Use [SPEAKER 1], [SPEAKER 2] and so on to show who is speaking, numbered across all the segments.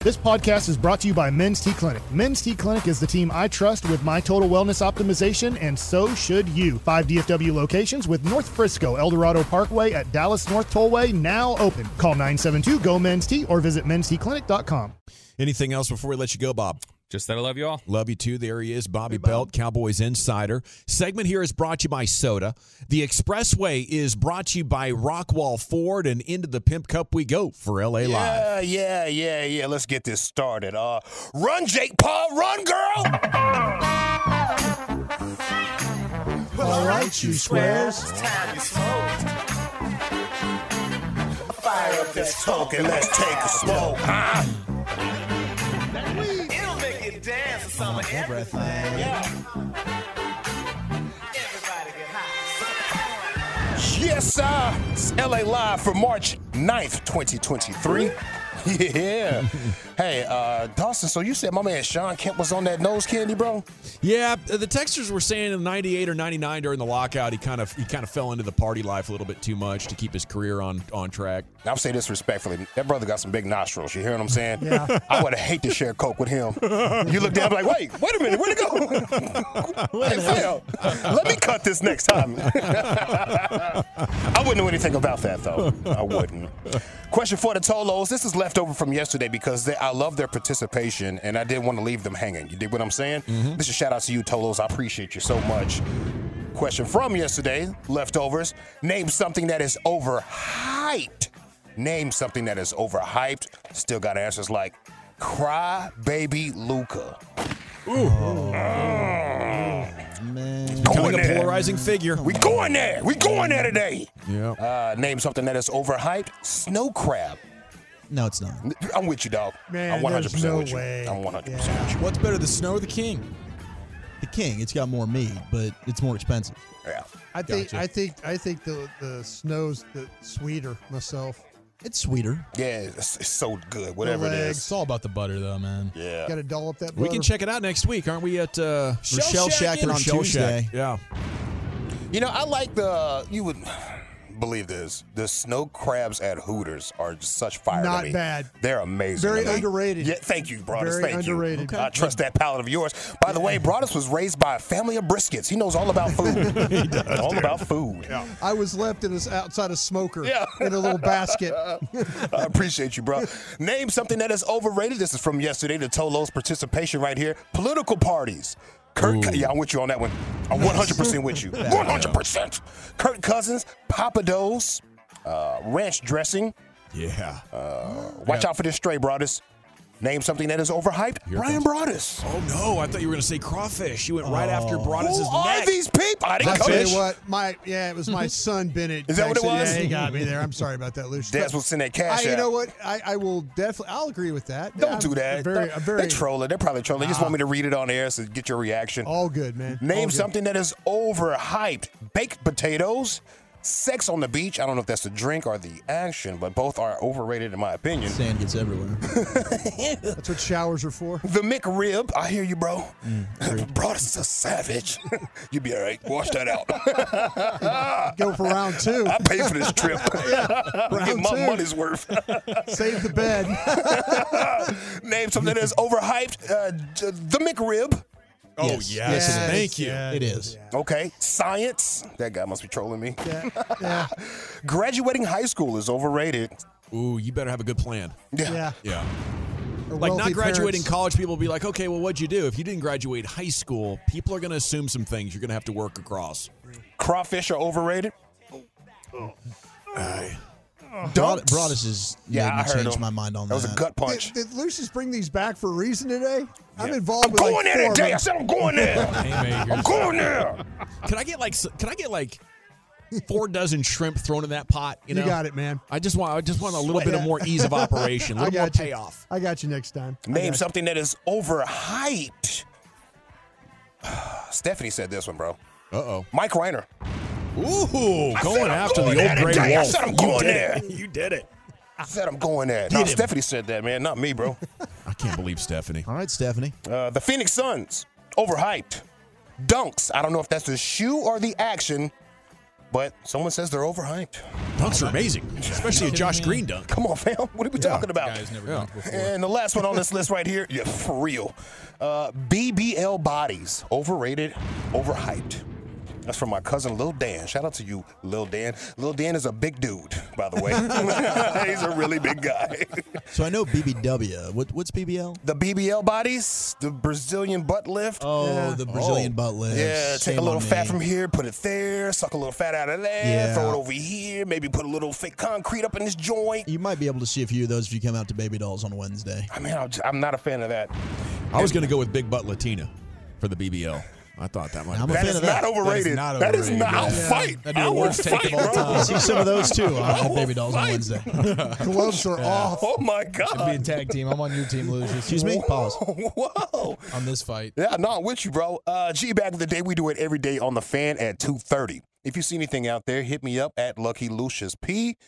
[SPEAKER 1] This podcast is brought to you by Men's T Clinic. Men's T Clinic is the team I trust with my total wellness optimization, and so should you. Five DFW locations with North Frisco, Eldorado Parkway at Dallas North Tollway now open. Call 972 GO Men's T or visit mensteclinic.com.
[SPEAKER 2] Anything else before we let you go, Bob?
[SPEAKER 3] Just that I love you all.
[SPEAKER 2] Love you too. There he is, Bobby Belt, Cowboys Insider. Segment here is brought to you by Soda. The Expressway is brought to you by Rockwall Ford, and into the Pimp Cup we go for LA Live.
[SPEAKER 4] Yeah, yeah, yeah, yeah. Let's get this started. Uh, run, Jake Paul, run, girl.
[SPEAKER 1] All right, you squares.
[SPEAKER 4] Fire up this smoke and let's take a smoke, huh?
[SPEAKER 5] It'll make you dance or something. Everything. Everybody get hot.
[SPEAKER 4] Yes, sir. It's LA Live for March 9th, 2023. Yeah. hey, uh, Dawson, so you said my man Sean Kemp was on that nose candy, bro?
[SPEAKER 2] Yeah, the texters were saying in '98 or '99 during the lockout, he kind of he kind of fell into the party life a little bit too much to keep his career on on track.
[SPEAKER 4] Now, I'm saying this respectfully. That brother got some big nostrils. You hear what I'm saying? Yeah. I would have hate to share Coke with him. You look down like, wait, wait a minute, where'd it go? hey, Phil, let me cut this next time. I wouldn't know anything about that, though. I wouldn't. Question for the Tolos. This is left over from yesterday because they, I love their participation, and I didn't want to leave them hanging. You dig what I'm saying? This is a shout out to you, Tolos. I appreciate you so much. Question from yesterday, leftovers. Name something that is overhyped. Name something that is overhyped. Still got answers like cry baby Luca. Mm.
[SPEAKER 2] Becoming
[SPEAKER 4] Going
[SPEAKER 2] a
[SPEAKER 4] there.
[SPEAKER 2] polarizing figure.
[SPEAKER 4] We going there. We going there today.
[SPEAKER 2] Yeah.
[SPEAKER 4] Uh, name something that is overhyped. Snow crab.
[SPEAKER 6] No, it's not.
[SPEAKER 4] I'm with you, dog.
[SPEAKER 1] Man,
[SPEAKER 4] I'm 100
[SPEAKER 1] there's no
[SPEAKER 4] with you.
[SPEAKER 1] way.
[SPEAKER 4] I'm 100
[SPEAKER 1] Yeah.
[SPEAKER 4] with you.
[SPEAKER 6] What's better, the snow or the king? The king. It's got more meat, but it's more expensive.
[SPEAKER 4] Yeah.
[SPEAKER 1] I think
[SPEAKER 2] Gotcha.
[SPEAKER 1] I think I think the the snow's the sweeter myself.
[SPEAKER 6] It's sweeter.
[SPEAKER 4] Yeah, it's, it's so good. Whatever it
[SPEAKER 1] legs.
[SPEAKER 4] is.
[SPEAKER 6] all about the butter, though, man.
[SPEAKER 4] Yeah.
[SPEAKER 1] Got to doll up that.
[SPEAKER 2] We can
[SPEAKER 1] butter.
[SPEAKER 2] check it out next week, aren't we? At uh,
[SPEAKER 6] Shell Shack on
[SPEAKER 2] Shell Shack.
[SPEAKER 6] Tuesday.
[SPEAKER 2] Yeah.
[SPEAKER 4] You know, I like the. You would believe this. The snow crabs at Hooters are just such fire. to
[SPEAKER 1] Not
[SPEAKER 4] me.
[SPEAKER 1] bad.
[SPEAKER 4] They're amazing.
[SPEAKER 1] Very
[SPEAKER 4] to me.
[SPEAKER 1] underrated.
[SPEAKER 4] Yeah, thank you, Broadus.
[SPEAKER 1] Very
[SPEAKER 4] thank
[SPEAKER 1] underrated.
[SPEAKER 4] you. I trust that palate of yours. By the way, Broadus was raised by a family of briskets. He knows all about food. he does. All about food.
[SPEAKER 1] I was left in this outside a smoker
[SPEAKER 4] Yeah.
[SPEAKER 1] in a little basket.
[SPEAKER 4] I appreciate you, bro. Name something that is overrated. This is from yesterday, the Tolo's participation right here. Political parties. Kurt, Cou- yeah, I'm with you on that one. I'm 100% with you. 100%. Kurt Cousins, Papa Do's, uh, ranch dressing.
[SPEAKER 2] Yeah.
[SPEAKER 4] Watch out for this stray, Broadus. Name something that is overhyped. Brian Broadus.
[SPEAKER 2] Oh no! I thought you were going to say crawfish. You went right after Broadus'
[SPEAKER 4] Who are
[SPEAKER 2] neck.
[SPEAKER 4] these people? I didn't
[SPEAKER 1] I tell
[SPEAKER 4] coach.
[SPEAKER 1] you what, my yeah, it was my son Bennett.
[SPEAKER 4] Is that what it
[SPEAKER 1] texted-
[SPEAKER 4] was?
[SPEAKER 1] Yeah, he got me there. I'm sorry about that, Lucius.
[SPEAKER 4] That's
[SPEAKER 1] But
[SPEAKER 4] what's in that cash
[SPEAKER 1] I, you
[SPEAKER 4] app.
[SPEAKER 1] know what? I, I will definitely. I'll agree with that.
[SPEAKER 4] Don't
[SPEAKER 1] I'm
[SPEAKER 4] do that.
[SPEAKER 1] Very,
[SPEAKER 4] Don't-
[SPEAKER 1] I'm very
[SPEAKER 4] They're trolling. They're probably trolling. They just want me to read it on air so get your reaction.
[SPEAKER 1] all good, man. All
[SPEAKER 4] Name
[SPEAKER 1] good.
[SPEAKER 4] something that is overhyped. Baked potatoes, sex on the beach. I don't know if that's the drink or the action, but both are overrated in my opinion.
[SPEAKER 6] Sand gets everywhere.
[SPEAKER 1] That's what showers are for.
[SPEAKER 4] The McRib, I hear you, bro.
[SPEAKER 1] Mm,
[SPEAKER 4] Broadus is a savage. you be all right. Wash that out.
[SPEAKER 1] Go for round two.
[SPEAKER 4] I pay for this trip. Get my
[SPEAKER 1] two.
[SPEAKER 4] money's worth.
[SPEAKER 1] Save the bed.
[SPEAKER 4] Name something that is overhyped. Uh, d- the McRib.
[SPEAKER 2] Oh
[SPEAKER 6] Yes.
[SPEAKER 2] yes.
[SPEAKER 6] Yes, it is.
[SPEAKER 2] Thank you.
[SPEAKER 1] Yeah,
[SPEAKER 6] It is.
[SPEAKER 4] Okay. Science. That guy must be trolling me.
[SPEAKER 1] Yeah, yeah,
[SPEAKER 4] Graduating high school is overrated.
[SPEAKER 2] Ooh, you better have a good plan.
[SPEAKER 1] yeah.
[SPEAKER 2] Yeah.
[SPEAKER 1] Or
[SPEAKER 2] Like
[SPEAKER 1] wealthy
[SPEAKER 2] not graduating
[SPEAKER 1] parents.
[SPEAKER 2] college, people will be like, okay, well, what'd you do? If you didn't graduate high school, people are going to assume some things you're going to have to work across.
[SPEAKER 4] Crawfish are overrated.
[SPEAKER 6] Broad-
[SPEAKER 4] Dunks.
[SPEAKER 6] Broadus has made
[SPEAKER 4] Yeah, I
[SPEAKER 6] me
[SPEAKER 4] heard
[SPEAKER 6] change
[SPEAKER 4] him.
[SPEAKER 6] my mind on
[SPEAKER 4] That
[SPEAKER 6] that.
[SPEAKER 4] was a gut punch.
[SPEAKER 1] Did, did Lucius bring these back for a reason today? I'm involved
[SPEAKER 4] I'm
[SPEAKER 1] with
[SPEAKER 4] going
[SPEAKER 1] like
[SPEAKER 4] there
[SPEAKER 1] four of
[SPEAKER 4] today.
[SPEAKER 1] them.
[SPEAKER 4] I said I'm going there. I'm going there.
[SPEAKER 2] Can I get like, s- can I get like four dozen shrimp thrown in that pot. You,
[SPEAKER 3] You
[SPEAKER 2] know?
[SPEAKER 3] got it, man.
[SPEAKER 2] I just want I just want a little bit of
[SPEAKER 3] Yeah.
[SPEAKER 2] more ease of operation, a
[SPEAKER 3] I
[SPEAKER 2] little more
[SPEAKER 3] got you.
[SPEAKER 2] payoff.
[SPEAKER 3] I got you next time. I
[SPEAKER 4] Name
[SPEAKER 3] got
[SPEAKER 4] something that is overhyped. Stephanie said this one, bro.
[SPEAKER 2] Uh oh.
[SPEAKER 4] Mike Reiner.
[SPEAKER 2] Ooh,
[SPEAKER 4] I said
[SPEAKER 2] going
[SPEAKER 4] I'm
[SPEAKER 2] after
[SPEAKER 4] going
[SPEAKER 2] the
[SPEAKER 4] at
[SPEAKER 2] old
[SPEAKER 4] it,
[SPEAKER 2] gray
[SPEAKER 4] dang, I
[SPEAKER 2] wall.
[SPEAKER 4] said I'm
[SPEAKER 2] you
[SPEAKER 4] going
[SPEAKER 2] did
[SPEAKER 4] at
[SPEAKER 2] it. You did it.
[SPEAKER 4] I said I'm going there. No,
[SPEAKER 2] Hit him.
[SPEAKER 4] Stephanie said that, man. Not me, bro.
[SPEAKER 2] I can't believe Stephanie.
[SPEAKER 6] All right, Stephanie.
[SPEAKER 4] Uh, the Phoenix Suns. Overhyped. Dunks. I don't know if that's the shoe or the action, but someone says they're overhyped.
[SPEAKER 2] Dunks are amazing, especially a Josh Green dunk.
[SPEAKER 4] Come on, fam. What are we talking about?
[SPEAKER 7] Guys never
[SPEAKER 2] Yeah.
[SPEAKER 7] dunked before.
[SPEAKER 4] And the last one on this list right here, yeah, for real. Uh, BBL bodies, overrated, overhyped. That's from my cousin Lil Dan. Shout out to you, Lil Dan. Lil Dan is a big dude, by the way. He's a really big guy.
[SPEAKER 6] So I know BBW. What, what's BBL?
[SPEAKER 4] The BBL bodies, the Brazilian butt lift.
[SPEAKER 6] Oh, the Brazilian
[SPEAKER 4] Oh.
[SPEAKER 6] butt lift.
[SPEAKER 4] Yeah, take
[SPEAKER 6] Shame
[SPEAKER 4] a little
[SPEAKER 6] on
[SPEAKER 4] fat
[SPEAKER 6] me.
[SPEAKER 4] from here, put it there, suck a little fat out of there,
[SPEAKER 6] Yeah.
[SPEAKER 4] throw it over here, maybe put a little fake concrete up in this joint.
[SPEAKER 6] You might be able to see a few of those if you come out to Baby Dolls on Wednesday.
[SPEAKER 4] I mean, I'm just- I'm not a fan of that.
[SPEAKER 2] I was going to go with Big Butt Latina for the BBL. I thought that might.
[SPEAKER 6] I'm
[SPEAKER 2] be
[SPEAKER 6] a
[SPEAKER 4] That
[SPEAKER 6] fan
[SPEAKER 4] is
[SPEAKER 6] of
[SPEAKER 4] not
[SPEAKER 6] that.
[SPEAKER 4] overrated.
[SPEAKER 6] That is not
[SPEAKER 4] That is
[SPEAKER 6] overrated,
[SPEAKER 4] not. I'll
[SPEAKER 6] yeah.
[SPEAKER 4] fight.
[SPEAKER 7] That'd be
[SPEAKER 4] I
[SPEAKER 7] the
[SPEAKER 4] will
[SPEAKER 7] worst take
[SPEAKER 4] fight,
[SPEAKER 7] of all
[SPEAKER 4] bro.
[SPEAKER 6] I see some of those too on at
[SPEAKER 4] Oh,
[SPEAKER 6] Baby Dolls on
[SPEAKER 4] fight.
[SPEAKER 6] Wednesday.
[SPEAKER 3] you. Gloves are off.
[SPEAKER 4] Oh my
[SPEAKER 7] Be a
[SPEAKER 4] god.
[SPEAKER 7] tag team. I'm on your team, losers.
[SPEAKER 6] Excuse me. Pause.
[SPEAKER 4] Whoa.
[SPEAKER 2] Um,
[SPEAKER 7] On this fight.
[SPEAKER 4] Yeah, no, I'm with you, bro. Uh, G back in the day, we do it every day on the fan at 2:30. If you see anything out there, hit me up at Lucky Lucius P,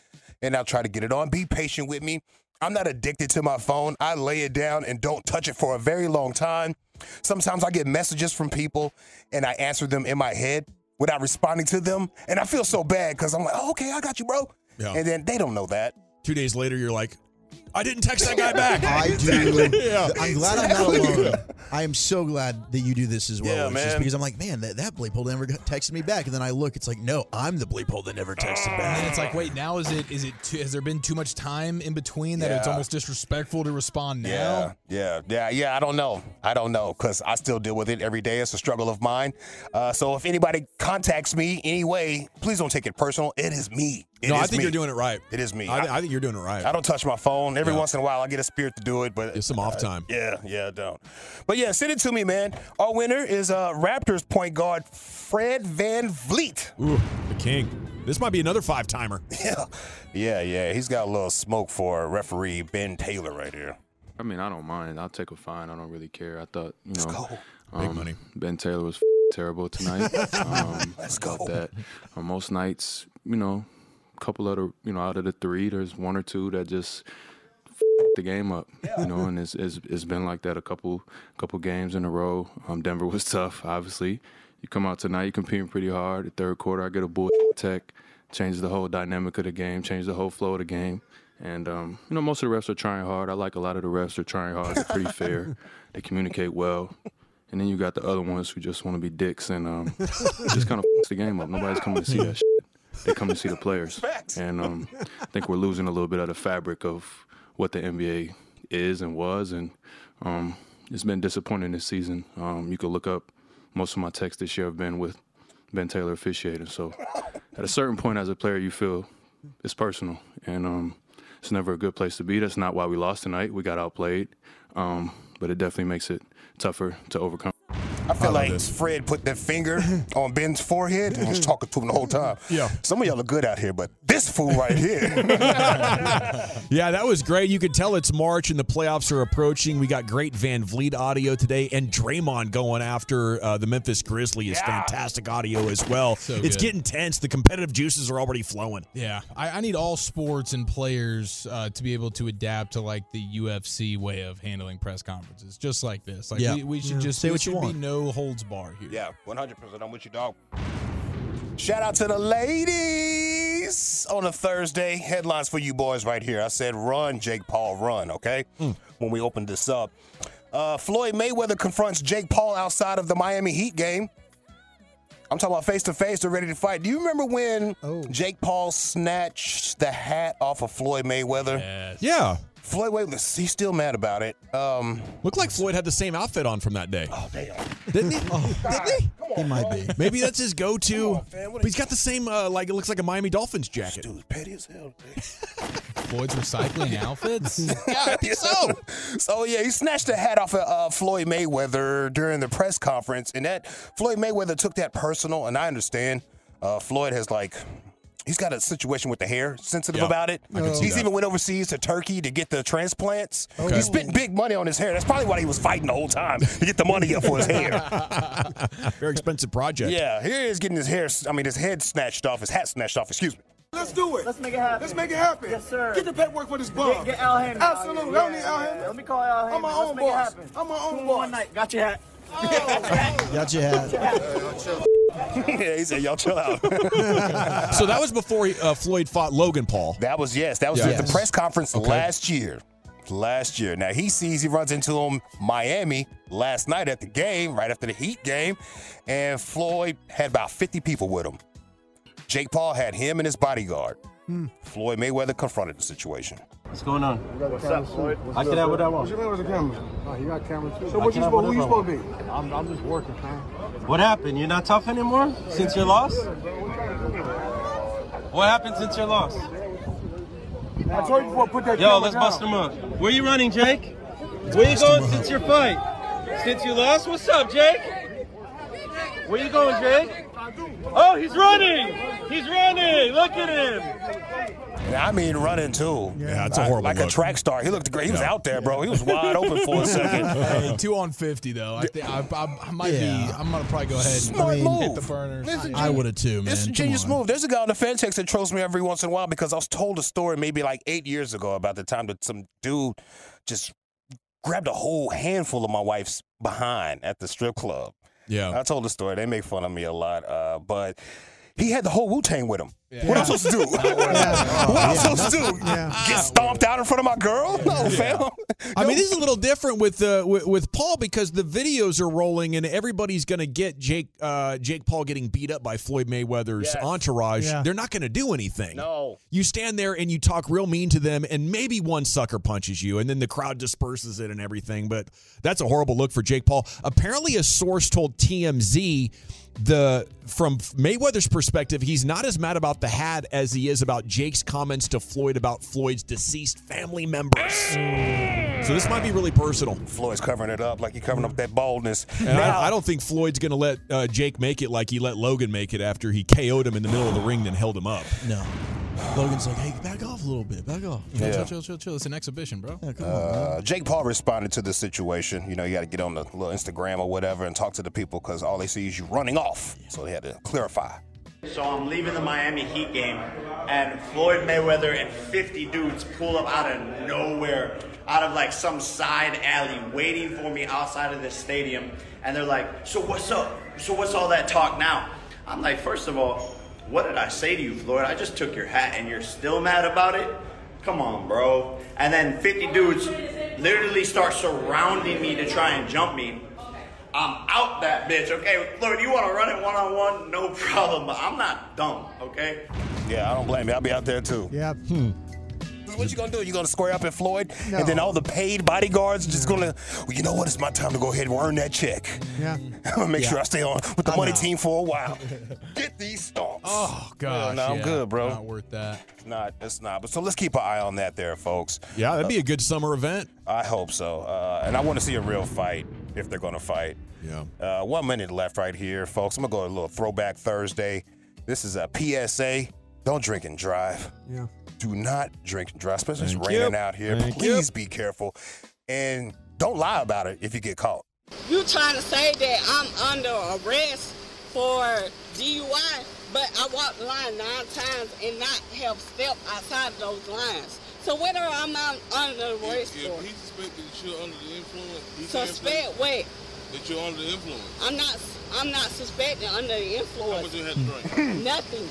[SPEAKER 4] and I'll try to get it on. Be patient with me. I'm not addicted to my phone. I lay it down and don't touch it for a very long time. Sometimes I get messages from people, and I answer them in my head without responding to them, and I feel so bad because I'm like, oh, okay, I got you, bro.
[SPEAKER 2] Yeah.
[SPEAKER 4] And then they don't know that.
[SPEAKER 2] Two days later, you're like, I didn't text that guy back.
[SPEAKER 6] I do. I'm glad I'm not alone. I am so glad that you do this as well.
[SPEAKER 4] Yeah,
[SPEAKER 6] Lucius,
[SPEAKER 4] man.
[SPEAKER 6] Because I'm like, man, that, that bleep hole never got- texted me back. And then I look, it's like, no, I'm the bleep hole that never texted
[SPEAKER 7] And then
[SPEAKER 6] back.
[SPEAKER 7] it's like, wait, now is it is it too, has there been too much time in between that it's
[SPEAKER 4] Yeah.
[SPEAKER 7] almost disrespectful to respond now?
[SPEAKER 4] Yeah, yeah, yeah, yeah. I don't know. I don't know because I still deal with it every day. It's a struggle of mine. Uh, so if anybody contacts me anyway, please don't take it personal. It is me. It
[SPEAKER 2] no, I
[SPEAKER 4] is
[SPEAKER 2] think
[SPEAKER 4] me.
[SPEAKER 2] you're doing it right.
[SPEAKER 4] It is me.
[SPEAKER 2] I,
[SPEAKER 4] I-
[SPEAKER 2] I think you're doing it right.
[SPEAKER 4] I don't touch my phone. Every
[SPEAKER 2] Yeah.
[SPEAKER 4] once in a while, I get a spirit to do it, but
[SPEAKER 2] It's some off time.
[SPEAKER 4] yeah, yeah, don't. But yeah, send it to me, man. Our winner is uh, Raptors point guard Fred Van Vliet.
[SPEAKER 2] Ooh, the king. This might be another five timer.
[SPEAKER 4] Yeah, yeah, yeah. He's got a little smoke for referee Ben Taylor right here.
[SPEAKER 8] I mean, I don't mind. I'll take a fine. I don't really care. I thought, you know, um,
[SPEAKER 2] Big money.
[SPEAKER 8] Ben Taylor was terrible tonight. Um,
[SPEAKER 4] Let's
[SPEAKER 8] I thought
[SPEAKER 4] go.
[SPEAKER 8] That on most nights, you know, a couple of the, you know, out of the three, there's one or two that just the game up. You know, and it's, it's it's been like that a couple couple games in a row. Um, Denver was tough, obviously. You come out tonight, you're competing pretty hard. The third quarter, I get a bull tech, changes the whole dynamic of the game, changes the whole flow of the game. And um, you know, most of the refs are trying hard. I like a lot of the refs are trying hard. They're pretty fair. they communicate well. And then you got the other ones who just want to be dicks and um, it just kind of f***s the game up. Nobody's coming to see that shit. They come to see the players. And um, I think we're losing a little bit of the fabric of what the NBA is and was. And um, it's been disappointing this season. Um, you can look up most of my texts this year have been with Ben Taylor officiating. So at a certain point as a player, you feel it's personal. And um, it's never a good place to be. That's not why we lost tonight. We got outplayed. Um, but it definitely makes it tougher to overcome.
[SPEAKER 4] I feel
[SPEAKER 2] love
[SPEAKER 4] like
[SPEAKER 2] this.
[SPEAKER 4] Fred put that finger on Ben's forehead and was talking to him the whole time.
[SPEAKER 2] Yeah.
[SPEAKER 4] Some of y'all are good out here, but this fool right here.
[SPEAKER 2] Yeah, that was great. You could tell it's March and the playoffs are approaching. We got great Van Vliet audio today, and Draymond going after uh, the Memphis Grizzlies is fantastic audio as well. it's
[SPEAKER 7] good.
[SPEAKER 2] getting tense. The competitive juices are already flowing.
[SPEAKER 7] Yeah, I, I need all sports and players uh, to be able to adapt to like the UFC way of handling press conferences, just like this. Like
[SPEAKER 6] Yeah.
[SPEAKER 7] we, we should
[SPEAKER 6] Yeah.
[SPEAKER 7] just
[SPEAKER 6] Say
[SPEAKER 7] we
[SPEAKER 6] what you
[SPEAKER 7] should
[SPEAKER 6] want.
[SPEAKER 7] Be no holds bar here.
[SPEAKER 4] yeah, 100%. I'm with you, dog. Shout out to the ladies on a Thursday. Headlines for you boys right here. I said, run, Jake Paul, run, okay? When we opened this up. Uh, Floyd Mayweather confronts Jake Paul outside of the Miami Heat game. I'm talking about face to face. They're ready to fight. Do you remember when Jake Paul snatched the hat off of Floyd Mayweather?
[SPEAKER 2] Yeah.
[SPEAKER 4] Floyd Mayweather, he's still mad about it. Um,
[SPEAKER 2] Looked like Floyd had the same outfit on from that day.
[SPEAKER 4] oh damn.
[SPEAKER 2] Didn't he? Didn't he?
[SPEAKER 4] Come on,
[SPEAKER 6] Oh. He might be.
[SPEAKER 2] Maybe that's his go to.
[SPEAKER 4] on, fam, what
[SPEAKER 2] But
[SPEAKER 4] are
[SPEAKER 2] he's got the same, uh, like, it looks like a Miami Dolphins jacket.
[SPEAKER 4] Dude, petty as hell.
[SPEAKER 7] Floyd's recycling outfits.
[SPEAKER 4] yeah, so, so yeah, he snatched the hat off of uh, Floyd Mayweather during the press conference, and that Floyd Mayweather took that personal, and I understand. Uh, Floyd has like He's got a situation with the hair, sensitive
[SPEAKER 2] Yeah,
[SPEAKER 4] about it.
[SPEAKER 2] I can see
[SPEAKER 4] He's
[SPEAKER 2] that.
[SPEAKER 4] even went overseas to Turkey to get the transplants.
[SPEAKER 2] Okay.
[SPEAKER 4] He spent big money on his hair. That's probably why he was fighting the whole time to get the money up for his hair.
[SPEAKER 2] Very expensive project.
[SPEAKER 4] Yeah, here he is getting his hair, I mean, his head snatched off, his hat snatched off, excuse me.
[SPEAKER 9] Let's do it. Let's make it happen. Let's make it happen. Yes, sir. Get the paperwork for this bum.
[SPEAKER 5] Get- get Al Hammond out
[SPEAKER 9] Absolutely.
[SPEAKER 5] here.
[SPEAKER 9] I don't need
[SPEAKER 5] Yeah,
[SPEAKER 9] Al
[SPEAKER 5] yeah.
[SPEAKER 9] Hammond.
[SPEAKER 5] Let me call Al
[SPEAKER 9] I'm my
[SPEAKER 5] Hammond.
[SPEAKER 9] own
[SPEAKER 5] Let's make it
[SPEAKER 9] boss.
[SPEAKER 5] happen.
[SPEAKER 9] I'm my
[SPEAKER 5] Two
[SPEAKER 9] own
[SPEAKER 5] in
[SPEAKER 9] boss. Oh,
[SPEAKER 5] one night. Got your hat.
[SPEAKER 6] Got your hat.
[SPEAKER 4] yeah, he said, y'all chill out.
[SPEAKER 2] so that was before he, uh, Floyd fought Logan Paul.
[SPEAKER 4] That was yes. That was
[SPEAKER 2] Yeah.
[SPEAKER 4] at
[SPEAKER 2] Yes.
[SPEAKER 4] the press conference
[SPEAKER 2] Okay.
[SPEAKER 4] last year. Last year. Now he sees he runs into him Miami last night at the game, right after the Heat game, and Floyd had about 50 people with him. Jake Paul had him and his bodyguard.
[SPEAKER 2] Hmm.
[SPEAKER 4] Floyd Mayweather confronted the situation.
[SPEAKER 10] What's going on?
[SPEAKER 11] What's up, Floyd?
[SPEAKER 10] I can have what I want.
[SPEAKER 11] What's your man with the camera? Oh, you got camera too. So
[SPEAKER 10] I
[SPEAKER 11] what
[SPEAKER 10] can
[SPEAKER 11] you
[SPEAKER 10] have
[SPEAKER 11] supposed, who you
[SPEAKER 10] whatever I
[SPEAKER 11] supposed to be? I'm, I'm just working, man.
[SPEAKER 10] What happened? You're not tough anymore since your loss? What happened since your loss?
[SPEAKER 11] I told you before, put that
[SPEAKER 10] Yo,
[SPEAKER 11] camera
[SPEAKER 10] let's
[SPEAKER 11] down.
[SPEAKER 10] bust him up. Where you running, Jake? Where you going since your fight? Since you lost? What's up, Jake? Where you going, Jake? Oh, he's running! He's running! Look at him!
[SPEAKER 4] And I mean running too. Yeah,
[SPEAKER 2] that's a horrible
[SPEAKER 4] Like
[SPEAKER 2] look.
[SPEAKER 4] a track star. He looked great. He was out there, bro. He was wide open for a second.
[SPEAKER 7] Hey, two on fifty though. I think I, I, I might be. I'm gonna probably go ahead.
[SPEAKER 4] Smart
[SPEAKER 7] and
[SPEAKER 4] move.
[SPEAKER 7] Hit the burner.
[SPEAKER 4] Listen,
[SPEAKER 7] I
[SPEAKER 4] Jimmy,
[SPEAKER 7] would have too, man.
[SPEAKER 4] It's a
[SPEAKER 7] Come
[SPEAKER 4] genius
[SPEAKER 7] on.
[SPEAKER 4] move. There's a guy on the fan text that trolls me every once in a while because I was told a story maybe like eight years ago about the time that some dude just grabbed a whole handful of my wife's behind at the strip club.
[SPEAKER 2] Yeah.
[SPEAKER 4] I told the story. They make fun of me a lot, uh, but he had the whole Wu Tang with him.
[SPEAKER 2] Yeah. Oh,
[SPEAKER 4] What am I supposed to do? what am I supposed to do? Get stomped out in front of my girl? No, fam.
[SPEAKER 2] I mean, this is a little different with uh, with, with Paul because the videos are rolling and everybody's going to get Jake uh, Jake Paul getting beat up by Floyd Mayweather's entourage.
[SPEAKER 4] Yeah.
[SPEAKER 2] They're not going to do anything.
[SPEAKER 4] No.
[SPEAKER 2] You stand there and you talk real mean to them, and maybe one sucker punches you, and then the crowd disperses it and everything. But that's a horrible look for Jake Paul. Apparently, a source told TMZ the from Mayweather's perspective, he's not as mad about the hat as he is about Jake's comments to Floyd about Floyd's deceased family members. So this might be really personal.
[SPEAKER 4] Floyd's covering it up like he covering up that baldness.
[SPEAKER 2] And I, I don't think Floyd's going to let uh, Jake make it like he let Logan make it after he KO'd him in the middle of the ring, then held him up.
[SPEAKER 6] No. Logan's like, hey, back off a little bit. Back off.
[SPEAKER 7] Chill,
[SPEAKER 4] Yeah.
[SPEAKER 7] chill, chill, chill, chill. It's an exhibition, bro.
[SPEAKER 4] Uh, Jake Paul responded to the situation. You know, you got to get on the little Instagram or whatever and talk to the people because all they see is you running off. So they had to clarify.
[SPEAKER 12] So I'm leaving the Miami Heat game, and Floyd Mayweather and 50 dudes pull up out of nowhere, out of like some side alley, waiting for me outside of this stadium. And they're like, So what's up? So what's all that talk now? I'm like, First of all, what did I say to you, Floyd? I just took your hat, and you're still mad about it? Come on, bro. And then 50 dudes literally start surrounding me to try and jump me. I'm out that bitch, okay? Floyd, you wanna run it one on one? No problem, but I'm not dumb, okay?
[SPEAKER 4] Yeah, I don't blame you. I'll be out there too.
[SPEAKER 1] Yeah.
[SPEAKER 6] Hmm.
[SPEAKER 4] What you gonna do? You gonna square up at Floyd, and then all the paid bodyguards just gonna. Well, you know what? It's my time to go ahead and earn that check.
[SPEAKER 1] Yeah.
[SPEAKER 4] I'm gonna make
[SPEAKER 1] Yeah.
[SPEAKER 4] sure I stay on with the money
[SPEAKER 1] out.
[SPEAKER 4] team for a while. Get these stomps. Oh
[SPEAKER 7] gosh,
[SPEAKER 4] no, I'm
[SPEAKER 7] yeah.
[SPEAKER 4] good, bro.
[SPEAKER 7] Not worth that.
[SPEAKER 4] It's not. It's not. But so let's keep an eye on that, there, folks.
[SPEAKER 2] Yeah, that'd be a good summer event.
[SPEAKER 4] I hope so. Uh, and I want to see a real fight if they're going to fight.
[SPEAKER 2] Yeah.
[SPEAKER 4] Uh, one minute left right here, folks. I'm going to go to a little throwback Thursday. This is a PSA. Don't drink and drive.
[SPEAKER 11] Yeah.
[SPEAKER 4] Do not drink and drive, especially
[SPEAKER 11] Thank
[SPEAKER 4] it's raining
[SPEAKER 11] you.
[SPEAKER 4] out here.
[SPEAKER 11] Thank
[SPEAKER 4] Please be careful. And don't lie about it if you get caught.
[SPEAKER 13] You trying to say that I'm under arrest for DUI, but I walked the line nine times and not have stepped outside of those lines. So whether I'm um, under arrest
[SPEAKER 14] If
[SPEAKER 13] for,
[SPEAKER 14] he suspected that you're under the influence, he can't
[SPEAKER 13] suspect
[SPEAKER 14] play.
[SPEAKER 13] what?
[SPEAKER 14] that you're under the influence.
[SPEAKER 13] I'm not. I'm not suspecting under the influence. Nothing.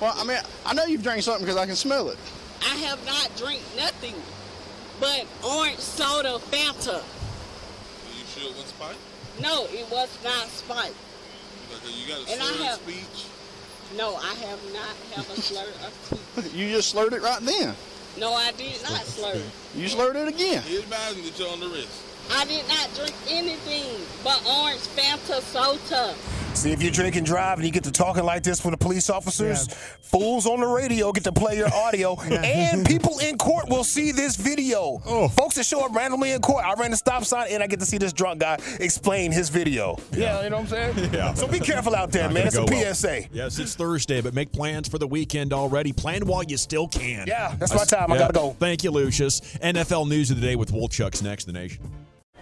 [SPEAKER 15] Well, I mean, I know you've drank something because I can smell it.
[SPEAKER 13] I have not drank nothing but orange soda Fanta.
[SPEAKER 14] Are you sure it was spike?
[SPEAKER 13] No, it was not spiked.
[SPEAKER 14] Because you got a
[SPEAKER 13] And I
[SPEAKER 14] slurred
[SPEAKER 13] have-
[SPEAKER 14] speech.
[SPEAKER 13] No, I have not have a slur of
[SPEAKER 15] You just slurred it right then.
[SPEAKER 13] No, I did not slur.
[SPEAKER 15] You slurred it again.
[SPEAKER 14] He advised me that you're under arrest.
[SPEAKER 13] I did not drink anything but orange Fanta soda.
[SPEAKER 4] See, if you drink and drive and you get to talking like this with the police officers, fools on the radio get to play your audio, and people in court will see this video.
[SPEAKER 2] Oh.
[SPEAKER 4] Folks that show up randomly in court, I ran a stop sign and I get to see this drunk guy explain his video. Yeah, you know what I'm saying?
[SPEAKER 2] Yeah.
[SPEAKER 4] So be careful out there,
[SPEAKER 2] Not
[SPEAKER 4] man.
[SPEAKER 2] gonna
[SPEAKER 4] It's a
[SPEAKER 2] go well.
[SPEAKER 4] PSA.
[SPEAKER 2] Yes, it's Thursday, but make plans for the weekend already. Plan while you still can.
[SPEAKER 4] Yeah, that's my time. I gotta go.
[SPEAKER 2] Thank you, Lucius. NFL news of the day with Wolchuk's next in the nation.